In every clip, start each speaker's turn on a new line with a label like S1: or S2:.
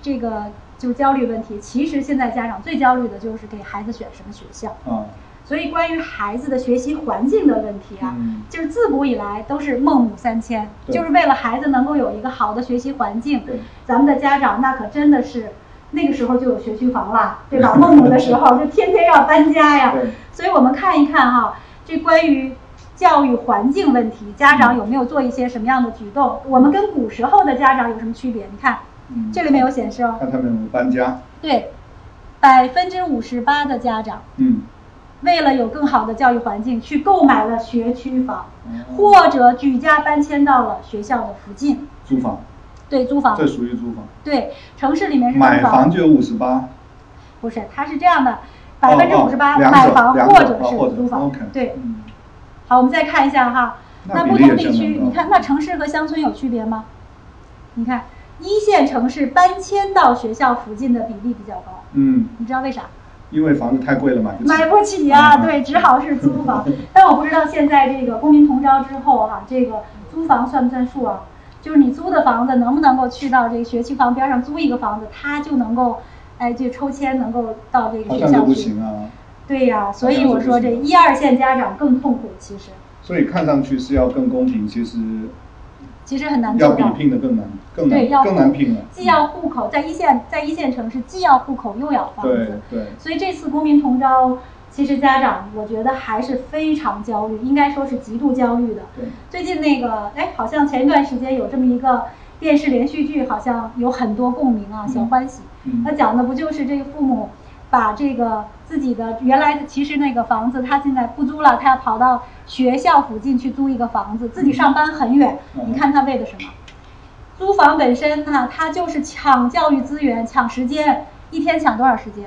S1: 这个就焦虑问题，其实现在家长最焦虑的就是给孩子选什么学校。
S2: 啊，
S1: 所以，关于孩子的学习环境的问题啊，
S2: 嗯
S1: 就是自古以来都是孟母三迁，
S2: 对
S1: 就是为了孩子能够有一个好的学习环境
S2: 对。
S1: 咱们的家长那可真的是，那个时候就有学区房了，对吧？孟母的时候就天天要搬家呀
S2: 对。
S1: 所以我们看一看哈、这关于教育环境问题，家长有没有做一些什么样的举动？我们跟古时候的家长有什么区别？你看，
S2: 嗯
S1: 这里面有显示哦，
S2: 看他们有没有搬家，
S1: 对，百分之五十八的家长。
S2: 嗯，
S1: 为了有更好的教育环境，去购买了学区房，
S2: 哦
S1: 或者举家搬迁到了学校的附近。
S2: 租房，
S1: 对，租房
S2: 这，属于租房，
S1: 对，城市里面是
S2: 买
S1: 租
S2: 房就有五十八，
S1: 不是，它是这样的，百
S2: 哦
S1: 分之五十八
S2: 哦两
S1: 买
S2: 者
S1: 房
S2: 两
S1: 或
S2: 者
S1: 者
S2: 哦或
S1: 是
S2: 者
S1: 租房
S2: OK，，
S1: 对。
S2: 嗯
S1: 好，我们再看一下哈，
S2: 那
S1: 不
S2: 比
S1: 同
S2: 例也
S1: 地
S2: 相
S1: 区，
S2: 当
S1: 你
S2: 高
S1: 看那城市和乡村有区别吗？你看一线城市搬迁到学校附近的比例比较高，
S2: 嗯，
S1: 你知道为啥？
S2: 因为房子太贵了，买不起，
S1: 买不起呀、
S2: 嗯
S1: 对，只好是租 房。但我不知道现在这个公民同招之后哈、这个租房算不算数啊？就是你租的房子能不能够去到这个学区房边上租一个房子，它就能够，哎，就抽签能够到这个
S2: 好
S1: 学
S2: 像就
S1: 校
S2: 不
S1: 去。
S2: 行啊，
S1: 对呀、所以我说这
S2: 好像是不行
S1: 一二线家长更痛苦，其实
S2: 所以看上去是要更公平，其实
S1: 其实很难
S2: 要
S1: 做
S2: 比
S1: 到。
S2: 拼的更难，更
S1: 对，要
S2: 难，更难拼了，
S1: 既要户口，在一线在一线城市既要户口又要房
S2: 对
S1: 子，
S2: 对，
S1: 所以这次公民同招，其实家长我觉得还是非常焦虑，应该说是极度焦虑的。
S2: 对
S1: 最近那个，哎，好像前一段时间有这么一个电视连续剧，好像有很多共鸣啊，《小欢喜》
S2: 嗯
S1: 那讲的不就是这个父母把这个自己的原来的其实那个房子，他现在不租了，他要跑到学校附近去租一个房子，自己上班很远。
S2: 嗯
S1: 你看他为了什么？租房本身呢，它就是抢教育资源、抢时间，一天抢多少时间？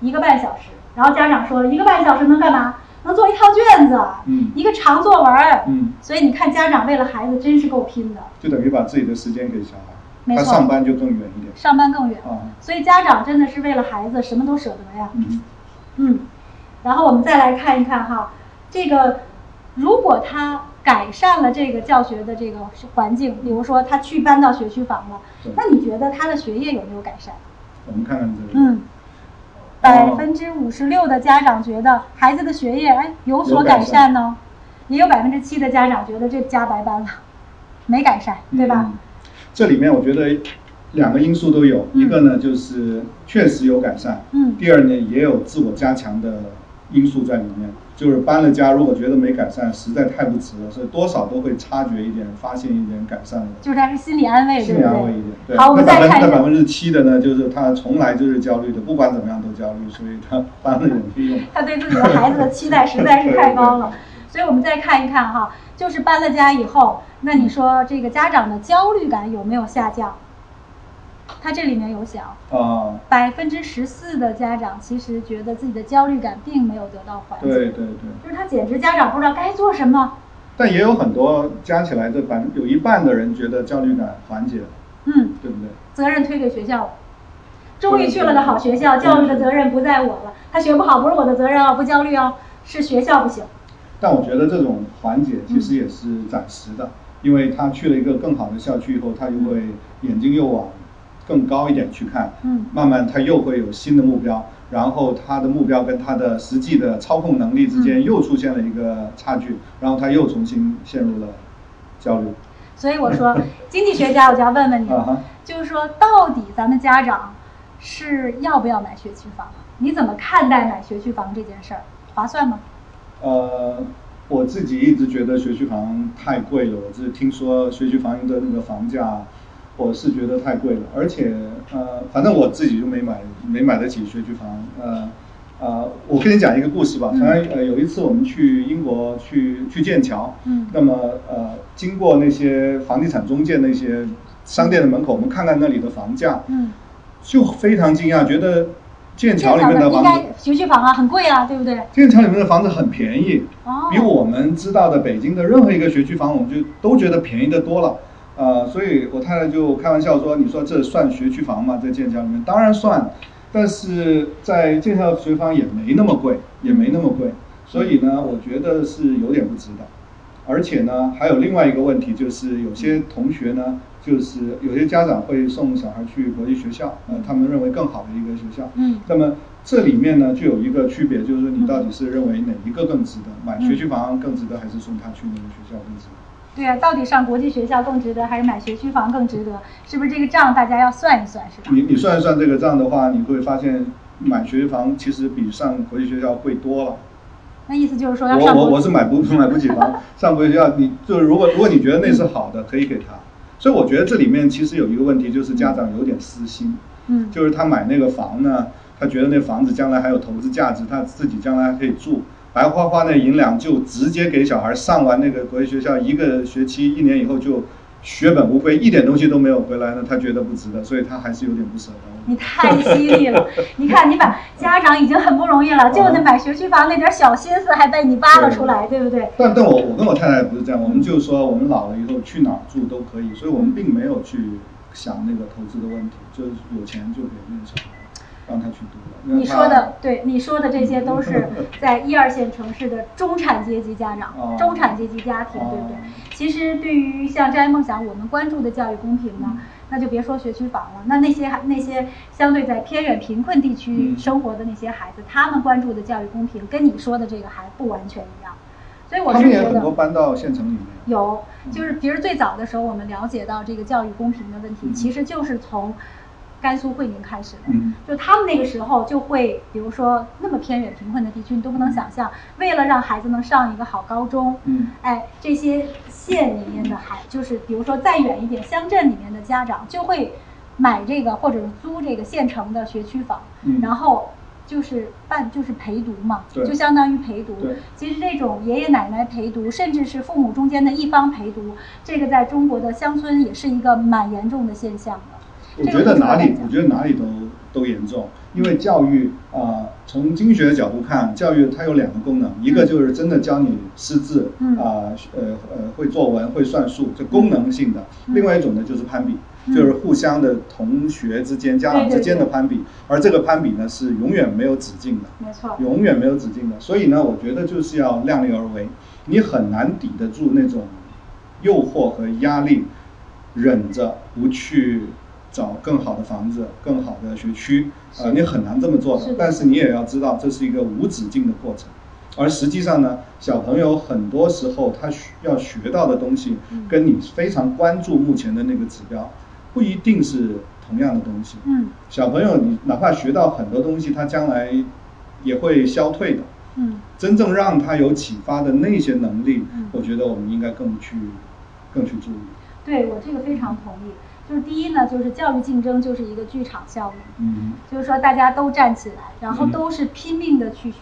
S1: 一个半小时。然后家长说，一个半小时能干嘛？能做一套卷子，
S2: 嗯
S1: 一个长作文儿，
S2: 嗯
S1: 所以你看，家长为了孩子真是够拼的，
S2: 就等于把自己的时间给小
S1: 没
S2: 孩，
S1: 错
S2: 他上班就更远一点
S1: 上班更远，
S2: 啊，
S1: 所以家长真的是为了孩子什么都舍得呀。
S2: 嗯
S1: 嗯，然后我们再来看一看哈，这个如果他改善了这个教学的这个环境，比如说他去搬到学区房了
S2: 对，
S1: 那你觉得他的学业有没有改善？
S2: 我们看看这个，
S1: 嗯。百分之五十六的家长觉得孩子的学业哎有所
S2: 有改
S1: 改
S2: 善
S1: 善呢、也有百分之七的家长觉得这加白班了，没改善，对吧？
S2: 嗯这里面我觉得两个因素都有，
S1: 嗯
S2: 一个呢就是确实有改善，
S1: 嗯
S2: 第二呢也有自我加强的因素在里面，就是搬了家，如果觉得没改善，实在太不值了，所以多少都会察觉一点，发现一点改善的。
S1: 就是他是心理安慰，
S2: 心
S1: 对
S2: 理
S1: 不
S2: 安慰一点，对。
S1: 对？好，我
S2: 那
S1: 们再
S2: 百分
S1: 看
S2: 那
S1: 一
S2: 百
S1: 下，
S2: 分之七的呢，就是他从来就是焦虑的，不管怎么样都焦虑，所以他搬了也没用。
S1: 他对自己的孩子的期待实在是太高了
S2: 对
S1: 所
S2: 对，
S1: 以我们再看一看哈，就是搬了家以后，那你说这个家长的焦虑感有没有下降？他这里面有想，
S2: 啊，
S1: 百分之十四的家长其实觉得自己的焦虑感并没有得到缓解，
S2: 对对对。
S1: 就是他简直家长不知道该做什么。
S2: 但也有很多加起来，这百分有一半的人觉得焦虑感缓解了，
S1: 嗯，
S2: 对不对？
S1: 责任推给学校了。终于去了个好学校，教育的责任不在我了。他学不好不是我的责任啊，不焦虑啊，是学校不行。
S2: 但我觉得这种缓解其实也是暂时的，因为他去了一个更好的校区以后，他就会眼睛又往更高一点去看，
S1: 嗯
S2: 慢慢他又会有新的目标，然后他的目标跟他的实际的操控能力之间
S1: 嗯
S2: 又出现了一个差距，然后他又重新陷入了焦虑。
S1: 所以我说， 经济学家，我就要问问你
S2: 啊哈，
S1: 就是说，到底咱们家长是要不要买学区房？你怎么看待买学区房这件事儿？划算吗？
S2: 呃，我自己一直觉得学区房太贵了，我是听说学区房的那个房价，我是觉得太贵了，而且呃，反正我自己就没买，没买得起学区房，呃。呃，我跟你讲一个故事吧。
S1: 嗯
S2: 反正呃，有一次我们去英国去去剑桥，
S1: 嗯
S2: 那么呃，经过那些房地产中介那些商店的门口，我们看看那里的房价，
S1: 嗯，
S2: 就非常惊讶，觉得剑桥里面的
S1: 应
S2: 房子
S1: 该学区房啊，很贵啊，对不对？
S2: 剑桥里面的房子很便宜，
S1: 哦
S2: 比我们知道的北京的任何一个学区房，我们就都觉得便宜的多了。呃，所以我太太就开玩笑说：“你说这算学区房吗？在剑桥里面，当然算，但是在剑桥的学区房也没那么贵，也没那么贵。所以呢，我觉得是有点不值得。而且呢，还有另外一个问题就是，有些同学呢，就是有些家长会送小孩去国际学校，呃，他们认为更好的一个学校。
S1: 嗯
S2: 那么这里面呢，就有一个区别，就是说你到底是认为哪一个更值得，买学区房更值得，还是送他去那个学校更值得？
S1: 对啊，到底上国际学校更值得，还是买学区房更值得？是不是这个账大家要算一算，是吧？
S2: 你你算一算这个账的话，你会发现买学区房其实比上国际学校贵多了。
S1: 那意思就是说要
S2: 我
S1: 上
S2: 我
S1: 国
S2: 我是买不 买不起房，上国际学校，你就是如果如果你觉得那是好的，可以给他。所以我觉得这里面其实有一个问题，就是家长有点私心，
S1: 嗯
S2: 就是他买那个房呢，他觉得那房子将来还有投资价值，他自己将来还可以住，白花花那银两就直接给小孩上完那个国际学校一个学期，一年以后就血本无归，一点东西都没有回来呢，他觉得不值得，所以他还是有点不舍得。
S1: 你太犀利 了！你看，你把家长已经很不容易了，就那买学区房那点小心思还被你扒拉出来，对不对？
S2: 但但我我跟我太太不是这样，我们就是说我们老了以后去哪儿住都可以，所以我们并没有去想那个投资的问题，就是有钱就给那个小孩，让他去读了。因为
S1: 你
S2: 他
S1: 说的对，你说的这些都 是在一二线城市的中产阶级家长、
S2: 哦
S1: 中产阶级家庭，对不对
S2: 哦？
S1: 其实对于像摘梦想，我们关注的教育公平呢
S2: 嗯，
S1: 那就别说学区房了，那那些那些相对在偏远贫困地区
S2: 嗯
S1: 生活的那些孩子，他们关注的教育公平跟你说的这个还不完全一样，所以我
S2: 他
S1: 是
S2: 们
S1: 觉
S2: 也
S1: 得
S2: 很多嗯搬到县城里面。
S1: 有，就是其实最早的时候，我们了解到这个教育公平的问题，
S2: 嗯
S1: 其实就是从甘肃会宁开始的。
S2: 嗯
S1: 就他们那个时候就会，比如说那么偏远贫困的地区，你都不能想象，为了让孩子能上一个好高中，
S2: 嗯
S1: 哎，这些县里面的孩，就是比如说再远一点乡镇里面的家长就会买这个或者是租这个县城的学区房，
S2: 嗯
S1: 然后就是办就是陪读嘛，
S2: 对
S1: 就相当于陪读
S2: 对。
S1: 其实这种爷爷奶奶陪读，甚至是父母中间的一方陪读，这个在中国的乡村也是一个蛮严重的现象的。
S2: 我觉得哪里，我
S1: 得
S2: 觉得哪里都都严重，因为教育啊、呃从经济学的角度看，教育它有两个功能，一个就是真的教你识字，
S1: 嗯
S2: 啊、呃呃会作文、会算术，这功能性的；
S1: 嗯
S2: 另外一种呢就是攀比，
S1: 嗯
S2: 就是互相的同学之间、家长之间的攀比，而这个攀比呢是永远没有止境的。
S1: 没错。
S2: 永远没有止境的。所以呢，我觉得就是要量力而为，你很难抵得住那种诱惑和压力，忍着不去找更好的房子、更好的学区，
S1: 是
S2: 呃，你很难这么做
S1: 是的
S2: 但是你也要知道，这是一个无止境的过程。而实际上呢，小朋友很多时候他需要学到的东西
S1: 嗯，
S2: 跟你非常关注目前的那个指标，不一定是同样的东西。
S1: 嗯
S2: 小朋友，你哪怕学到很多东西，他将来也会消退的。
S1: 嗯。
S2: 真正让他有启发的那些能力，
S1: 嗯
S2: 我觉得我们应该更去更去注意。
S1: 对我这个非常同意。就是第一呢，就是教育竞争就是一个剧场效应，
S2: 嗯，
S1: 就是说大家都站起来，然后
S2: 嗯
S1: 都是拼命的去学。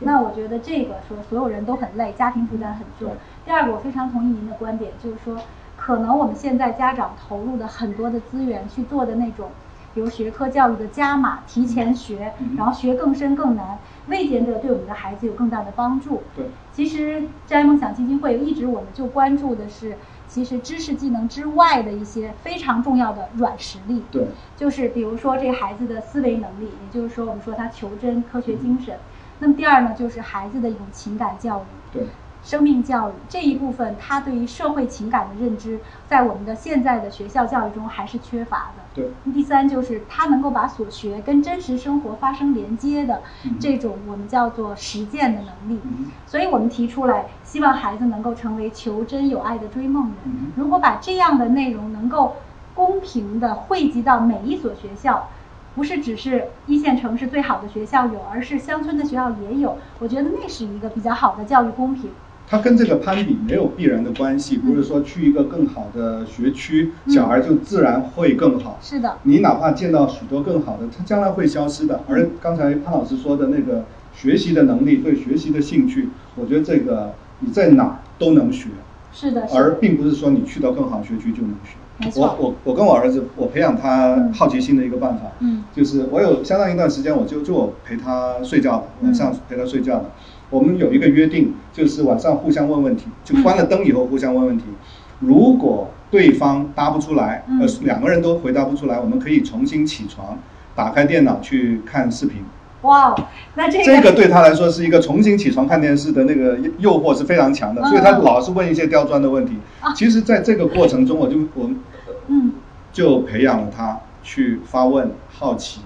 S1: 那我觉得这个说所有人都很累，家庭负担很重
S2: 对。
S1: 第二个，我非常同意您的观点，就是说，可能我们现在家长投入的很多的资源去做的那种，比如学科教育的加码，提前学，
S2: 嗯
S1: 然后学更深更难，未见得对我们的孩子有更大的帮助。
S2: 对，
S1: 其实摘梦想基金会一直我们就关注的是，其实知识技能之外的一些非常重要的软实力。
S2: 对，
S1: 就是比如说这孩子的思维能力，也就是说我们说他求真、科学精神。那么第二呢，就是孩子的一种情感教育。
S2: 对，
S1: 生命教育这一部分，他对于社会情感的认知，在我们的现在的学校教育中还是缺乏的。
S2: 对，
S1: 第三就是他能够把所学跟真实生活发生连接的
S2: 嗯
S1: 这种我们叫做实践的能力。
S2: 嗯
S1: 所以我们提出来，希望孩子能够成为求真有爱的追梦人。
S2: 嗯
S1: 如果把这样的内容能够公平的汇集到每一所学校，不是只是一线城市最好的学校有，而是乡村的学校也有，我觉得那是一个比较好的教育公平。
S2: 它跟这个攀比没有必然的关系，不是说去一个更好的学区，小孩就自然会更好。
S1: 是的，
S2: 你哪怕见到许多更好的，它将来会消失的。而刚才潘老师说的那个学习的能力，对学习的兴趣，我觉得这个你在哪儿都能学。
S1: 是啊的，是
S2: 而
S1: 的，
S2: 并不是说你去到更好学区就能
S1: 没
S2: 学。
S1: 错
S2: 我我我跟我儿子，我培养他好奇心的一个办法，
S1: 嗯
S2: 就是我有相当一段时间，我就就我陪他睡觉的，
S1: 嗯
S2: 晚上陪他睡觉的。我们有一个约定，就是晚上互相问问题，就关了灯以后互相问问题。如果对方答不出来，
S1: 嗯
S2: 呃，两个人都回答不出来，我们可以重新起床，打开电脑去看视频，
S1: 哇，哦那 这个
S2: 这个对他来说是一个重新起床看电视的那个诱惑是非常强的，
S1: 嗯
S2: 所以他老是问一些刁钻的问题
S1: 啊。
S2: 其实，在这个过程中，我就我们
S1: 嗯
S2: 就培养了他去发问、好奇、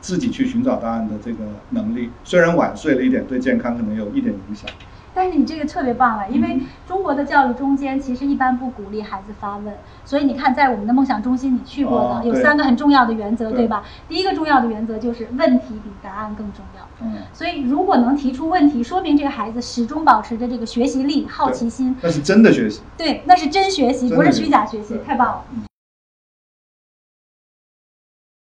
S2: 自己去寻找答案的这个能力。虽然晚睡了一点，对健康可能有一点影响。
S1: 但是你这个特别棒啊，因为
S2: 嗯
S1: 中国的教育中间其实一般不鼓励孩子发问，所以你看，在我们的梦想中心你去过的，
S2: 哦
S1: 有
S2: 对
S1: 三个很重要的原则，
S2: 对
S1: 对吧？第一个重要的原则就是问题比答案更重要。
S2: 嗯，
S1: 所以，如果能提出问题，说明这个孩子始终保持着这个学习力、好奇心，
S2: 那是真的学习。
S1: 对，那是真学习，
S2: 真的
S1: 不是
S2: 学习
S1: 虚假学习
S2: 对，
S1: 太棒了
S2: 嗯。